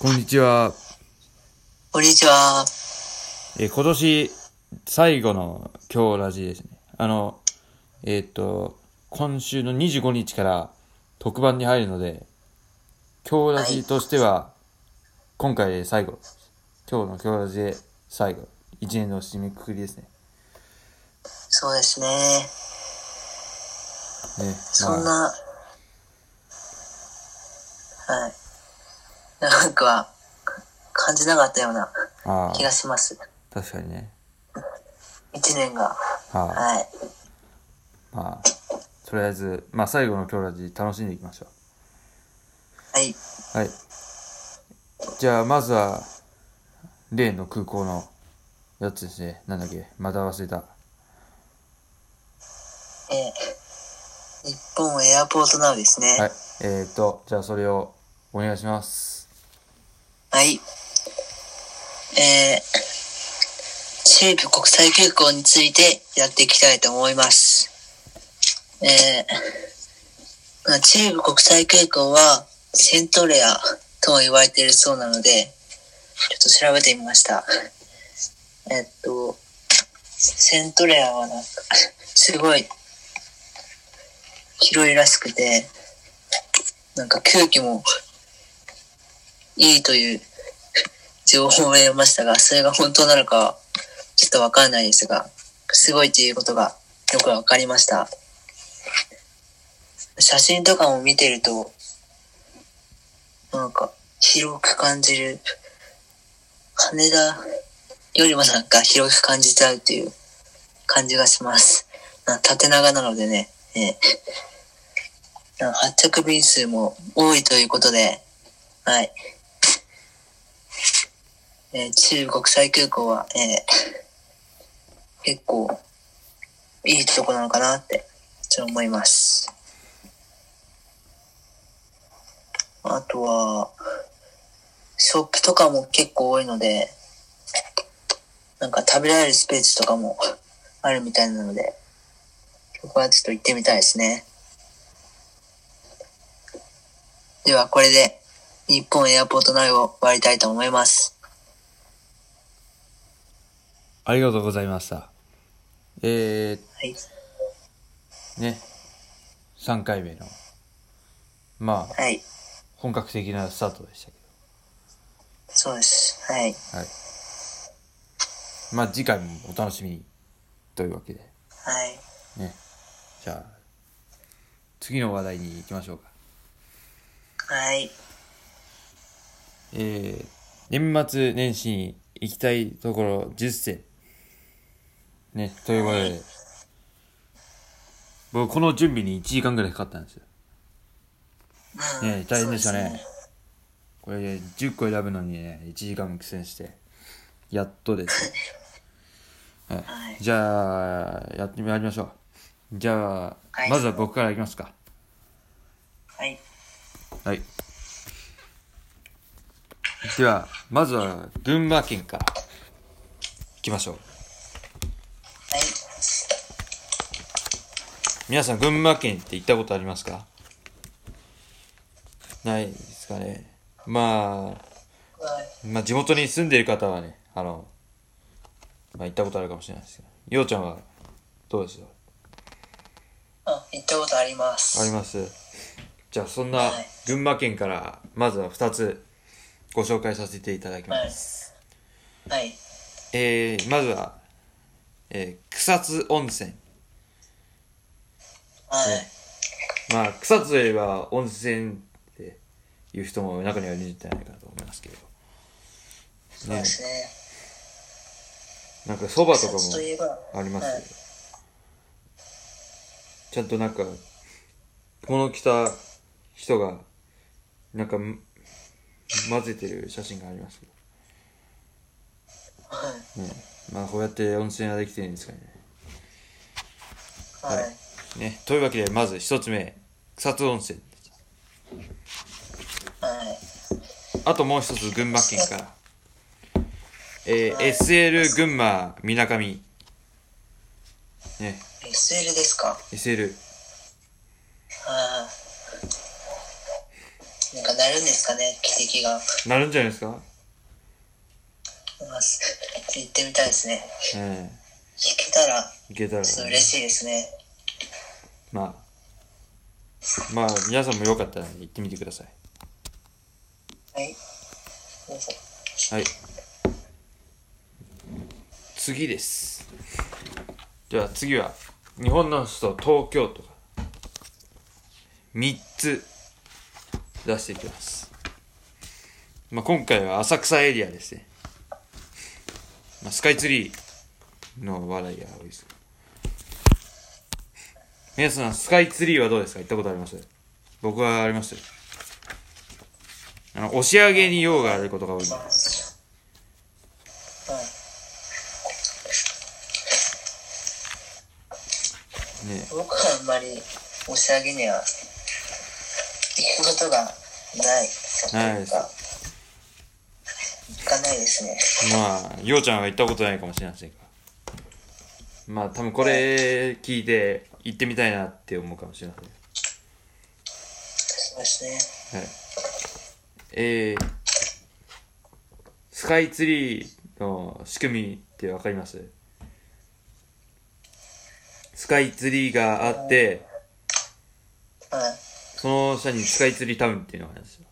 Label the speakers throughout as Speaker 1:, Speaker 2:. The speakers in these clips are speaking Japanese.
Speaker 1: こんにちは。
Speaker 2: こんにちは。
Speaker 1: えー今年最後の今日ラジですね。あの、えーっと、今週の25日から特番に入るので、今日ラジとしては、今回で最後。今日の今日ラジで最後。一年の締めくくりですね。
Speaker 2: そうですね。
Speaker 1: ね
Speaker 2: そ
Speaker 1: まあ
Speaker 2: んな、はい。なんか、感じなかったような
Speaker 1: ああ
Speaker 2: 気がします。
Speaker 1: 確かにね。
Speaker 2: 一年が。
Speaker 1: はあ、
Speaker 2: はい。
Speaker 1: まあ、とりあえず、まあ最後の今日ラジ楽しんでいきましょう。
Speaker 2: はい。
Speaker 1: はい。じゃあ、まずは、例の空港のやつですね。なんだっけまた忘れた。
Speaker 2: えー、日本エアポートナウですね。
Speaker 1: はい。えーと、じゃあそれをお願いします。
Speaker 2: はい。えー、西部国際空港についてやっていきたいと思います。えー、まあ、西部国際空港はセントレアとも言われているそうなので、ちょっと調べてみました。えっと、セントレアはなんか、すごい広いらしくて、なんか空気もいいという情報を得ましたが、それが本当なのかはちょっとわかんないですが、すごいということがよくわかりました。写真とかも見てると、なんか広く感じる。羽田よりもなんか広く感じちゃうという感じがします。な縦長なのでね、ええなんか発着便数も多いということで、はい。えー、中国際空港は、えー、結構いいとこなのかなって、ちょっと思います。あとは、ショップとかも結構多いので、なんか食べられるスペースとかもあるみたいなので、ここはちょっと行ってみたいですね。では、これで日本エアポート内を終わりたいと思います。
Speaker 1: ありがとうございました。え
Speaker 2: はい。
Speaker 1: ー、ね。3回目の、まあ、
Speaker 2: はい。
Speaker 1: 本格的なスタートでしたけ
Speaker 2: そうです。はい。
Speaker 1: ど。はい。まあ、次回もお楽しみに。というわけで。
Speaker 2: はい。
Speaker 1: ね。じゃあ、次の話題に行きましょうか。
Speaker 2: はい。
Speaker 1: えー年末年始に行きたいところ10選。ね、ということで、僕、この準備に1時間ぐらいかかったんですよ。
Speaker 2: うん
Speaker 1: ね、大変でしたね。
Speaker 2: そうす
Speaker 1: これ、10個選ぶのにね、1時間苦戦して、やっとです。はい、
Speaker 2: はい
Speaker 1: じゃあ、やってまいりましょう。じゃあ、
Speaker 2: はい
Speaker 1: まずは僕からいきますか。
Speaker 2: はい。
Speaker 1: はい。では、まずは群馬県から行きましょう。
Speaker 2: はい。
Speaker 1: 皆さん、群馬県って行ったことありますかないですかね。ま
Speaker 2: はい。
Speaker 1: あ、まあ、地元に住んでいる方はね、あの、まあ、行ったことあるかもしれないですけど、ようちゃんはどうですよ
Speaker 2: あ、行ったことあります。
Speaker 1: ありますじゃあ、そんな
Speaker 2: はい
Speaker 1: 群馬県から、まずは2つご紹介させていただきます。
Speaker 2: す。はい。はい。
Speaker 1: えー、まずは、えー草津温泉。
Speaker 2: はい。
Speaker 1: まあ、草津といえば温泉っていう人も中にはいるんじゃないかなと思いますけど。
Speaker 2: そう
Speaker 1: ね
Speaker 2: で、すね。
Speaker 1: なんかそばとかも
Speaker 2: 草津といえば
Speaker 1: ありま
Speaker 2: はい
Speaker 1: すけど。ちゃんとなんか、この着た人が、なんか、ん混ぜてる写真がありますけ
Speaker 2: はい。
Speaker 1: ど。ね、まあ、こうやって温泉ができてるんですかね。
Speaker 2: はい。
Speaker 1: はいね、というわけで、まず一つ目、草津温泉。
Speaker 2: はい。
Speaker 1: あともう一つ群馬県から。えー SL 群馬みなかみ。ね、
Speaker 2: SL ですか
Speaker 1: SL。
Speaker 2: はい。なんかなるんですかね、汽笛が。
Speaker 1: なるんじゃないですか
Speaker 2: まあす行ってみたいですね。
Speaker 1: え
Speaker 2: 弾けたら、
Speaker 1: えいけたら、
Speaker 2: そう嬉しいですね。
Speaker 1: まあまあ皆さんもよかったら行ってみてください
Speaker 2: はい。どうぞ
Speaker 1: はい次ですでは次は日本の首都東京都が3つ出していきます、まあ、今回は浅草エリアですね、まあ、スカイツリーの話題が多いです皆さんスカイツリーはどうですか行ったことあります僕はありますよあの押し上げに用があることが多いんで
Speaker 2: はい。
Speaker 1: ね
Speaker 2: 僕はあんまり押し上げには行くことがない。
Speaker 1: ないです
Speaker 2: とうか行かないですね。
Speaker 1: まあ、ようちゃんは行ったことないかもしれませんが。まあ、多分これ聞いて行ってみたいなって思うかもしれませ
Speaker 2: そうですね。
Speaker 1: ん。はい。えー、スカイツリーの仕組みってわかりますスカイツリーがあって、
Speaker 2: はい。
Speaker 1: その下にスカイツリータウンっていうのがあるんですよ。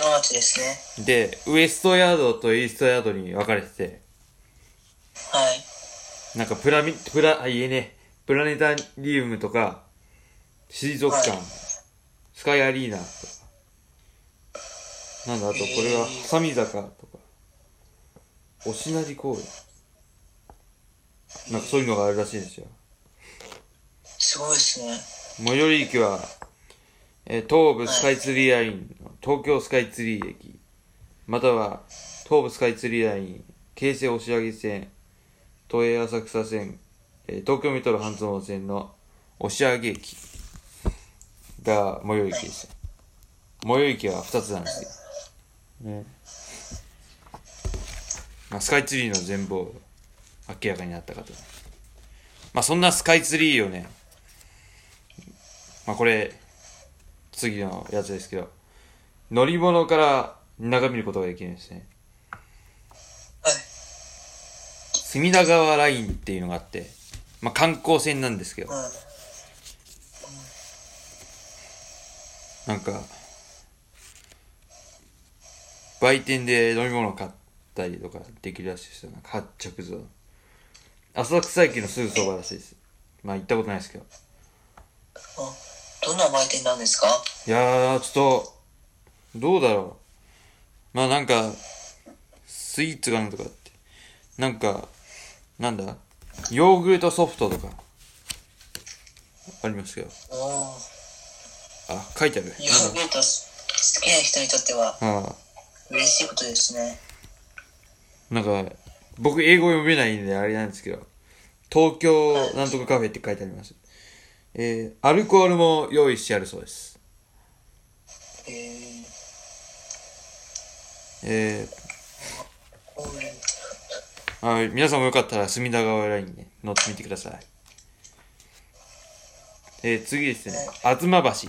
Speaker 2: ああ、浜松ですね。
Speaker 1: で、ウエストヤードとイーストヤードに分かれてて、
Speaker 2: はい。
Speaker 1: なんかプラミ、プラ、あ、言えねえ。プラネタリウムとか、水族館、
Speaker 2: はい
Speaker 1: スカイアリーナとか。なんだ、あとこれは、
Speaker 2: えー
Speaker 1: ハサミ坂とか、おしなり公園。なんかそういうのがあるらしいんですよ。
Speaker 2: すごいですね。
Speaker 1: 最寄り駅は、えー東武スカイツリーラインの東京スカイツリー駅、または東武スカイツリーライン、京成押上線、都営浅草線、えー東京メトロ半蔵門線の押上駅が最寄り駅です。最寄り駅は2つなんですよ。ね。まあ、スカイツリーの全貌、明らかになったかと。まあ、そんなスカイツリーをね、まあこれ、次のやつですけど、乗り物から眺めることができるんですね。
Speaker 2: はい。
Speaker 1: 隅田川ラインっていうのがあって、まあ観光船なんですけど
Speaker 2: う、ん。はい。
Speaker 1: なんか、売店で飲み物買ったりとかできるらしいですよ。なんか発着像。浅草駅のすぐそばらしいです。まあ行ったことないですけど。
Speaker 2: どんな売店なんですか
Speaker 1: いやー、ちょっと、どうだろう。まあなんか、スイーツがなんとかあって。なんか、なんだヨーグルトソフトとか、ありますけど。
Speaker 2: おお。
Speaker 1: あ、書いてある。
Speaker 2: ヨーグルトす好きな人にとっては
Speaker 1: あ
Speaker 2: 嬉しいことですね。
Speaker 1: あ、なんか、僕英語読めないんであれなんですけど、東京なんとかカフェって書いてあります。えー、アルコールも用意してあるそうです。
Speaker 2: えー、
Speaker 1: えー、
Speaker 2: オール
Speaker 1: はい、皆さんもよかったら隅田川ラインに乗ってみてください。えー、次ですね、吾妻橋。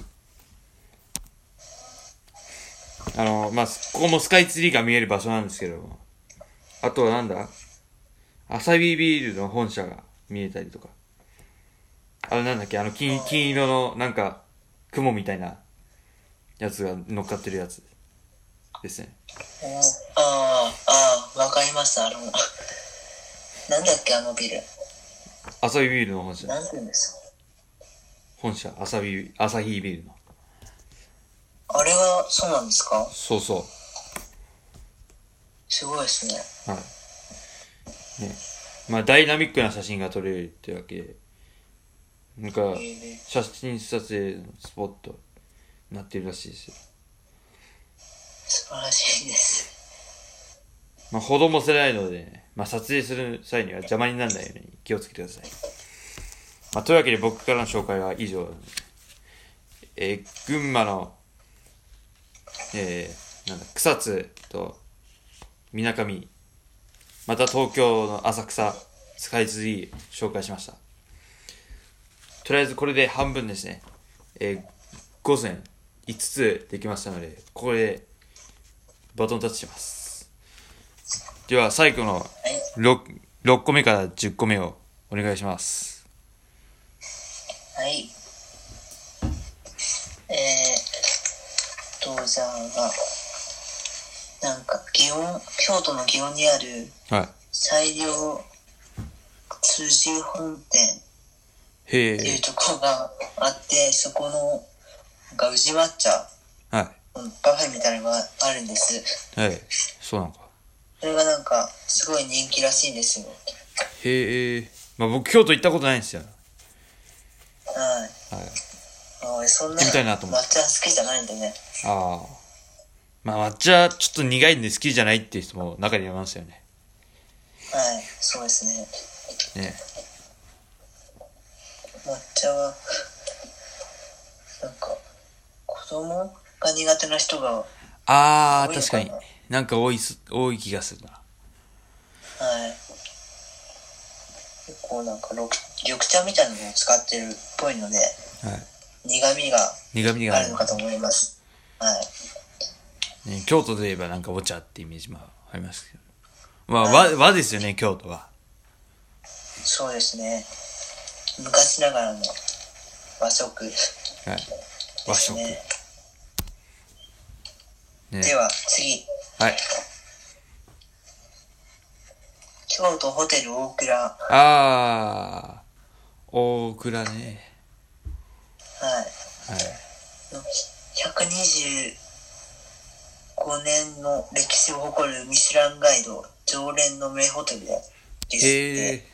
Speaker 1: あの、まあ、すここもスカイツリーが見える場所なんですけども、あとはなんだアサビービールの本社が見えたりとか、あれなんだっけ、あの金、金色のなんか、雲みたいなやつが乗っかってるやつですね。
Speaker 2: おーあーあー、わかりました。あの、 なんだっけ、あのビル。
Speaker 1: アサビービールの本社。
Speaker 2: なんて言うんですか
Speaker 1: 本社アサビアサヒビールの
Speaker 2: あれはそうなんですか
Speaker 1: そうそ
Speaker 2: すごいですね。
Speaker 1: うはいねまあダイナミックな写真が撮れるってわけでなんか
Speaker 2: えー、
Speaker 1: 写真撮影のスポットになってるらしいですよ
Speaker 2: 素晴らしいです。
Speaker 1: まあ歩道もせないので、ね、まあ撮影する際には邪魔にならないように気をつけてください、まあ、というわけで僕からの紹介は以上えー群馬のえー、なんだ草津とみなかみまた東京の浅草スカイツリー紹介しましたとりあえずこれで半分ですねえー午前5つできましたので、ここでバトンタッチします。では、最後の 6, 6個目から10個目をお願いします。
Speaker 2: はい。えー、っと、じゃあ、なんか、祇園、京都の祇園にある
Speaker 1: は
Speaker 2: 最良辻本店っ
Speaker 1: い。へ
Speaker 2: ていう
Speaker 1: え。
Speaker 2: ところがあって、そこの、なんか宇治抹茶、
Speaker 1: は
Speaker 2: うんパフェみたいなのがあるんです。
Speaker 1: い。はい。そうなのか。
Speaker 2: それがなんか、すごい人気らしいんですよ。
Speaker 1: へえ。まあ僕、京都行ったことないんですよ。
Speaker 2: はい。
Speaker 1: はい。
Speaker 2: まあ俺そんな
Speaker 1: 行ってみたいなと思う
Speaker 2: 抹茶好きじゃないんでね。
Speaker 1: ああ。まあ抹茶、ちょっと苦いんで好きじゃないっていう人も中にいましたよね。
Speaker 2: はい、そうですね。
Speaker 1: ね。
Speaker 2: 抹茶は、なんか、子供が苦手な人が、はい、
Speaker 1: ああ、
Speaker 2: 多いの
Speaker 1: 確か
Speaker 2: かな
Speaker 1: に。なんか多いす、多い気がするな。
Speaker 2: 結構なんか緑、緑茶みたいなのを使ってるっぽいので、
Speaker 1: はい。
Speaker 2: 苦味が
Speaker 1: 苦味が
Speaker 2: あ
Speaker 1: あ
Speaker 2: る
Speaker 1: る
Speaker 2: の。かと思います。はい。
Speaker 1: ね、京都といえばなんかお茶ってイメージもありますけど。まあ和、和ですよね、京都は。
Speaker 2: そうですね。昔ながらの和食です
Speaker 1: はい。和食。ね
Speaker 2: ね。。では、次。
Speaker 1: はい。
Speaker 2: 京都ホテル大倉。は
Speaker 1: ああ、大倉ね。
Speaker 2: い。
Speaker 1: はい。
Speaker 2: 125年の歴史を誇るミシュランガイド常連の名ホテルです
Speaker 1: へ
Speaker 2: ね
Speaker 1: え。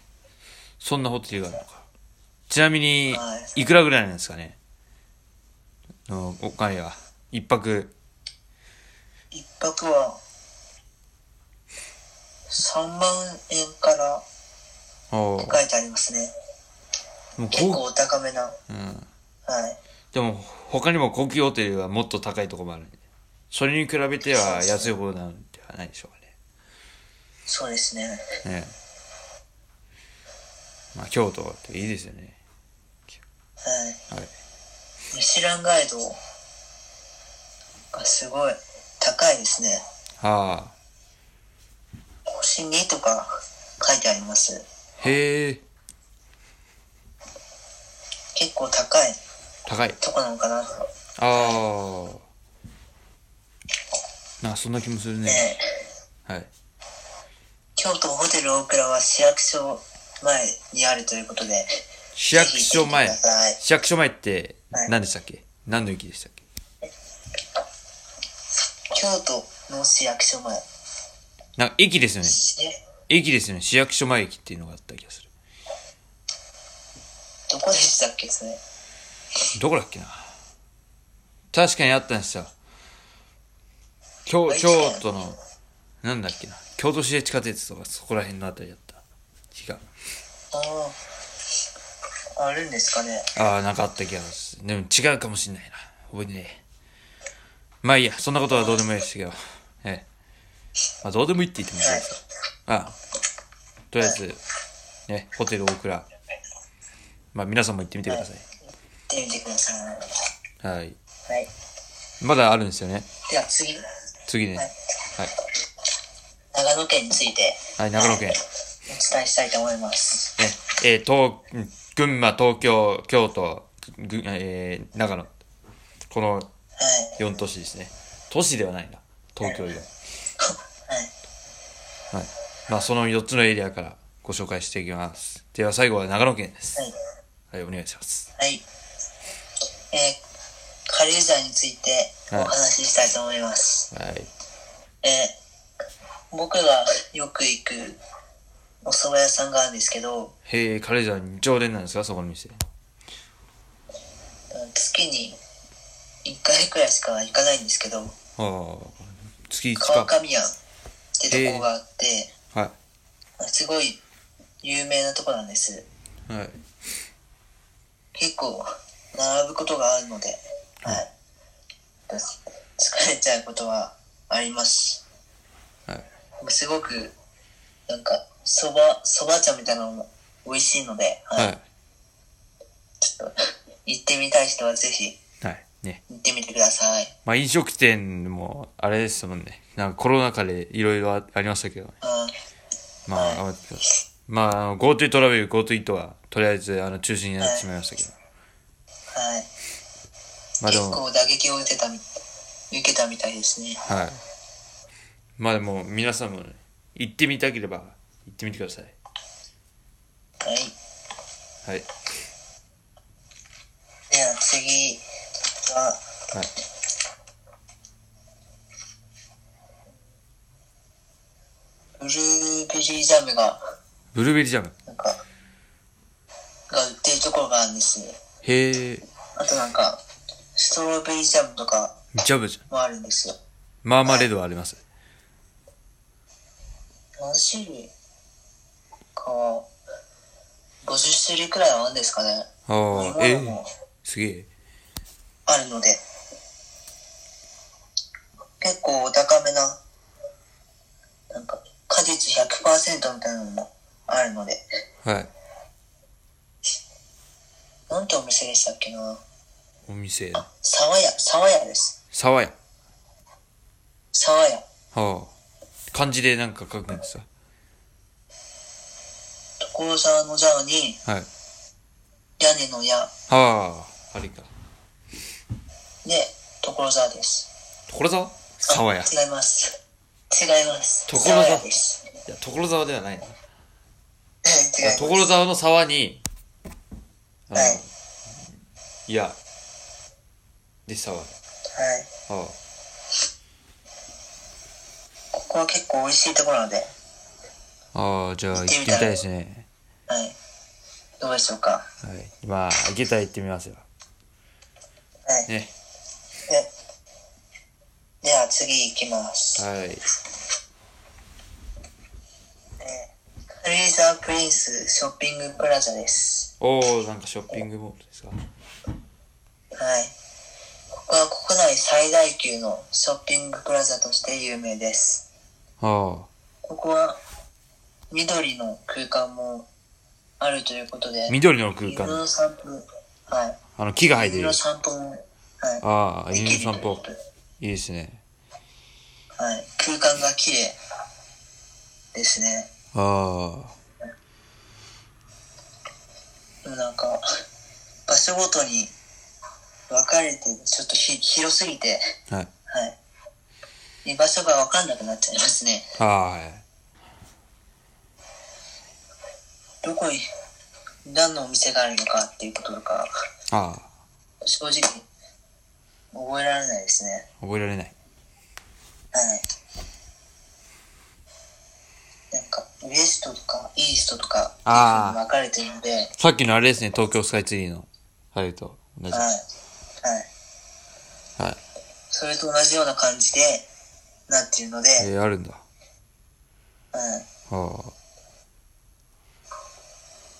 Speaker 1: そんなホテルがあるのか。ちなみに
Speaker 2: は、
Speaker 1: いくらぐらいなんですかねのお金は。一泊。
Speaker 2: 一泊は3万円から
Speaker 1: おー
Speaker 2: 書いてありますね
Speaker 1: もう
Speaker 2: 結構
Speaker 1: こ
Speaker 2: お高めなは
Speaker 1: う、うん。
Speaker 2: い
Speaker 1: でも、他にも高級ホテルはもっと高いところもあるんで。それに比べては安い方なんではないでしょうか
Speaker 2: そうですね
Speaker 1: ね。ねまあ、京都っていいですよね。
Speaker 2: はい
Speaker 1: はい。
Speaker 2: ミシュランガイドがすごい高いですね
Speaker 1: はあ。
Speaker 2: 星2とか書いてあります
Speaker 1: へえ、
Speaker 2: 結構高い
Speaker 1: 高い。
Speaker 2: とこなのかなと
Speaker 1: ああ。なんかそんな気もするね。
Speaker 2: ね
Speaker 1: はい。
Speaker 2: 京都ホテル大倉は市役所前にあるということで、
Speaker 1: 市役所前
Speaker 2: ぜひ行ってみてください
Speaker 1: 市役所前って
Speaker 2: はい
Speaker 1: 何でしたっけ、何の駅でしたっけ
Speaker 2: 京都の市役所前。
Speaker 1: なんか駅ですよね
Speaker 2: し
Speaker 1: 駅ですよね市役所前駅っていうのがあった気がする
Speaker 2: どこでしたっけ、それ。
Speaker 1: どこだっけな確かにあったんですよ京
Speaker 2: 愛知
Speaker 1: 京
Speaker 2: 県
Speaker 1: 都のなんだっけな京都市営地下鉄とかそこら辺のあたりだった気が
Speaker 2: ああ。あるんですかね。
Speaker 1: ああなんかあった気がするでも違うかもしんないな覚えてねえまあいいやそんなことはどうでもいいですけどええまあどうでもいいって言ってもいいですよあとりあえず、ね、ホテル大倉。まあ、皆さんも行ってみてくださ
Speaker 2: 行ってみてください。
Speaker 1: い。はい。
Speaker 2: はい。
Speaker 1: まだあるんですよね。
Speaker 2: では次、
Speaker 1: 次ね。はい。
Speaker 2: 長野県について
Speaker 1: はい、長野県。ね、
Speaker 2: お伝えしたいと思います。
Speaker 1: えー、東、うん群馬、東京、京都、ぐえー、長野。この
Speaker 2: はい。
Speaker 1: 4都市ですね。都市ではないな。東京以外。
Speaker 2: はい。
Speaker 1: はい。まあ、その4つのエリアからご紹介していきます。では、最後は長野県です。
Speaker 2: はい。
Speaker 1: はい、お願いします。
Speaker 2: はい。えー、軽井沢についてお話ししたいと思います。
Speaker 1: はい。
Speaker 2: えー僕がよく行くお蕎麦屋さんがあるんですけど、
Speaker 1: へえ、軽井沢に常連なんですかそこの店。
Speaker 2: 月に1回くらいしか行かないんですけど、
Speaker 1: ああ。月1
Speaker 2: 川
Speaker 1: か。
Speaker 2: 上庵ってとこがあって、
Speaker 1: はい。
Speaker 2: すごい有名なとこなんです。
Speaker 1: はい。
Speaker 2: 結構並ぶことがあるので、はい。疲れちゃうことはあります。
Speaker 1: はい。
Speaker 2: すごく、なんか、蕎麦、蕎麦茶みたいなのも美味しいので、
Speaker 1: はい。
Speaker 2: ちょっと行ってみたい人はぜひ
Speaker 1: はい。ね。
Speaker 2: 行ってみてください。
Speaker 1: まあ飲食店もあれですもんね。なんかコロナ禍でいろいろあありましたけどね。
Speaker 2: うん。
Speaker 1: まあ、頑張ってください。まああの、GoTo トラベル、GoTo イートは、とりあえず、あの、中止になってしまいましたけど。
Speaker 2: はい。
Speaker 1: まあで
Speaker 2: 結
Speaker 1: も、
Speaker 2: 構打撃を受けたみ、受けたみたいですね。
Speaker 1: はい。まあでも、皆さんもね、行ってみたければ、行ってみてください。
Speaker 2: はい。
Speaker 1: はい。
Speaker 2: では次は、
Speaker 1: はい。
Speaker 2: ブルーベリージャムが、
Speaker 1: ブルーベリージャム。
Speaker 2: なんか、が売ってるところがあるんですね。
Speaker 1: へえ、
Speaker 2: あとなんか、ストロベリージャムとか
Speaker 1: ジャムじゃん。
Speaker 2: もあるんですよ。
Speaker 1: マーマレードはあります。
Speaker 2: 何種類か、50種類くらいはあるんですかね。
Speaker 1: ああ、
Speaker 2: え
Speaker 1: え
Speaker 2: ー
Speaker 1: ー、すげえ。
Speaker 2: あるので、結構お高めな、なんか、果実100%みたいなのもあるので、
Speaker 1: はい。
Speaker 2: なんてお店でしたっけな
Speaker 1: お店、
Speaker 2: 沢屋、沢屋です。
Speaker 1: 沢屋。
Speaker 2: 沢屋。
Speaker 1: はあ。漢字でなんか書くんですか
Speaker 2: 所沢の沢に、
Speaker 1: はい。
Speaker 2: 屋根の屋
Speaker 1: はあ、あれか。
Speaker 2: で、所沢です。
Speaker 1: 所沢
Speaker 2: あ
Speaker 1: 沢屋。い
Speaker 2: 違います。違います。
Speaker 1: 所
Speaker 2: 沢
Speaker 1: 沢
Speaker 2: 屋です。
Speaker 1: や、所沢ではないな。
Speaker 2: 違います。
Speaker 1: 所沢の沢に、あの
Speaker 2: はい。はい。
Speaker 1: いや、で、沢屋。あ
Speaker 2: ここは結構美味しいところなので、
Speaker 1: あ。ああ、じゃあ行
Speaker 2: 行
Speaker 1: っ
Speaker 2: ってて
Speaker 1: み
Speaker 2: み
Speaker 1: た
Speaker 2: た
Speaker 1: い
Speaker 2: い
Speaker 1: ですね。
Speaker 2: はい。どうでしょうか。
Speaker 1: はい。まあ、行けたら行ってみますよ。
Speaker 2: はい。
Speaker 1: ね。
Speaker 2: で、では次行きます。
Speaker 1: はい。
Speaker 2: フレイザープリンスショッピングプラザです。
Speaker 1: おおなんかショッピングモールですか。
Speaker 2: はい。ここは国内最大級のショッピングプラザとして有名です。
Speaker 1: あ
Speaker 2: ここは緑の空間もあるということで
Speaker 1: あ。、緑の空
Speaker 2: 犬
Speaker 1: 間。
Speaker 2: の散歩、は
Speaker 1: あの、木が生え
Speaker 2: い。
Speaker 1: て
Speaker 2: 犬
Speaker 1: る
Speaker 2: の。散歩も、は
Speaker 1: ああ、
Speaker 2: い。
Speaker 1: 犬
Speaker 2: で
Speaker 1: の
Speaker 2: きる
Speaker 1: 散歩
Speaker 2: と。いうことで
Speaker 1: いいですね。
Speaker 2: はい。空間が綺麗ですね。
Speaker 1: あ
Speaker 2: なんか、場所ごとに分かれて、ちょっとひ広すぎて、
Speaker 1: あ。はい。
Speaker 2: はい。居場所が分かんなくなっちゃいますね。
Speaker 1: は
Speaker 2: どこに、何のお店があるのかっていうこととか、
Speaker 1: い。ああ。
Speaker 2: 正直、覚えられないですね。
Speaker 1: 覚えられない。
Speaker 2: はい。なんか、ウエストとか、イーストとか、
Speaker 1: あー
Speaker 2: っていうふうに分かれてるので、はい。
Speaker 1: さっきのあれですね、東京スカイツリーの。あれと同じ。
Speaker 2: は。
Speaker 1: はいい。
Speaker 2: それと同じような感じで、なっているので、
Speaker 1: えー、あるんだ。は
Speaker 2: はい。
Speaker 1: あ。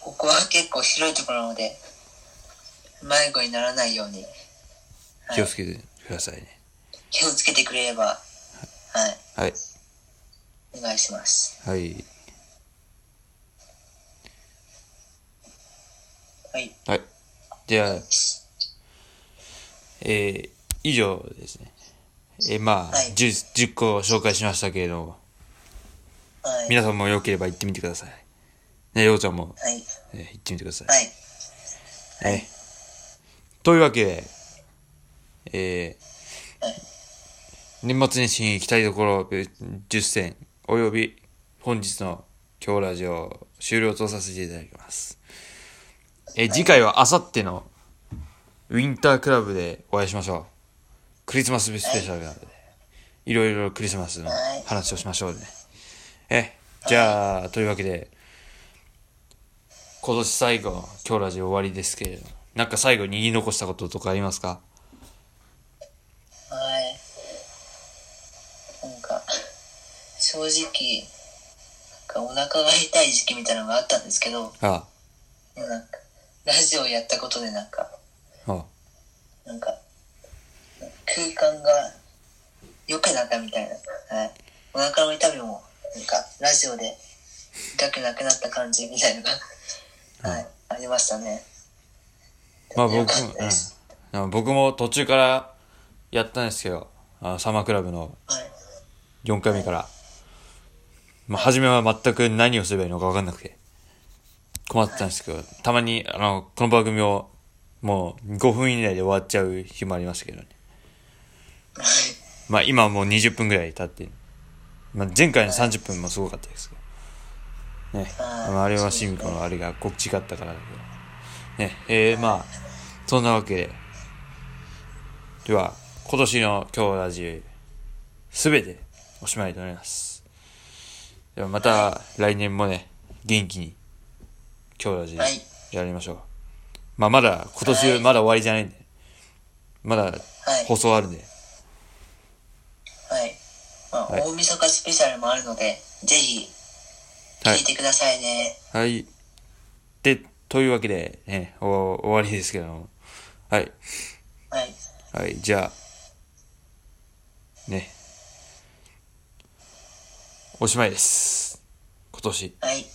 Speaker 2: ここは結構広いところなので、迷子にならないように
Speaker 1: 気をつけてくださいね。
Speaker 2: 気をつけてくれれば、は
Speaker 1: はい。
Speaker 2: い、お願いします。
Speaker 1: はい。
Speaker 2: はい。
Speaker 1: はい。じゃあ、えー、以上ですね。えー、まあ、
Speaker 2: はい
Speaker 1: 10, 10個紹介しましたけれども、
Speaker 2: はい。
Speaker 1: 皆さんもよければ行ってみてください。ね、ようちゃんも、
Speaker 2: はい。
Speaker 1: ね、行ってみてください。
Speaker 2: はい。
Speaker 1: はい。というわけで、えー
Speaker 2: はい
Speaker 1: 年末年始に行きたいところべ10選、および本日の今日ラジオを終了とさせていただきます。えー次回はあさってのウィンタークラブでお会いしましょう。クリスマススペシャルなので、いろいろクリスマスの話をしましょうね。え、じゃあ、というわけで、今年最後の今日ラジオ終わりですけれどもなんか最後に言い残したこととかありますか
Speaker 2: はい。なんか、正直、なんかお腹が痛い時期みたいなのがあったんですけど、
Speaker 1: あ
Speaker 2: なんか、ラジオやったことでなんか、
Speaker 1: ああ
Speaker 2: なんか、空間が良くなったみたいな。はい。お腹の痛みも、なんか、ラジオで痛くなくなった感じみたいなのが、はい、ありましたね。
Speaker 1: まあ僕も、
Speaker 2: よかった
Speaker 1: うん
Speaker 2: です、
Speaker 1: あ僕も途中からやったんですけど、あのサマークラブの
Speaker 2: はい。
Speaker 1: 4回目から。まあ、初めは全く何をすればいいのか分かんなくて、困ってたんですけど、たまに、あの、この番組を、もう5分以内で終わっちゃう日もありましたけどね。まあ、今はもう20分ぐらい経って、まあ、前回の30分もすごかったですけど。ね。
Speaker 2: はい
Speaker 1: まあ、あれはシミコのあれがこっちがあったからだけど。ね。えー、まあ、そんなわけで。では、今年の今日ラジオ、すべておしまいとなります。ではまた来年もね、元気に、今日ラ
Speaker 2: は
Speaker 1: ジ
Speaker 2: い
Speaker 1: やりましょう。まあまだ、今
Speaker 2: は
Speaker 1: 年
Speaker 2: い
Speaker 1: まだ終わりじゃないんで、まだ
Speaker 2: はい
Speaker 1: 放送あるんで、
Speaker 2: はい。まあ、
Speaker 1: はい
Speaker 2: 大晦日スペシャルもあるので、ぜひ、
Speaker 1: は
Speaker 2: 聞
Speaker 1: い
Speaker 2: いてくださいね。
Speaker 1: はい。で、というわけで、ね、お終わりですけども。はい。
Speaker 2: はい。
Speaker 1: はい、じゃあ、ね。おしまいです。今年、
Speaker 2: はい。
Speaker 1: 1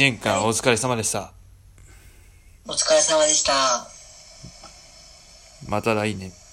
Speaker 1: 年間お疲れ様でした。
Speaker 2: お疲れ様でした。
Speaker 1: また来年。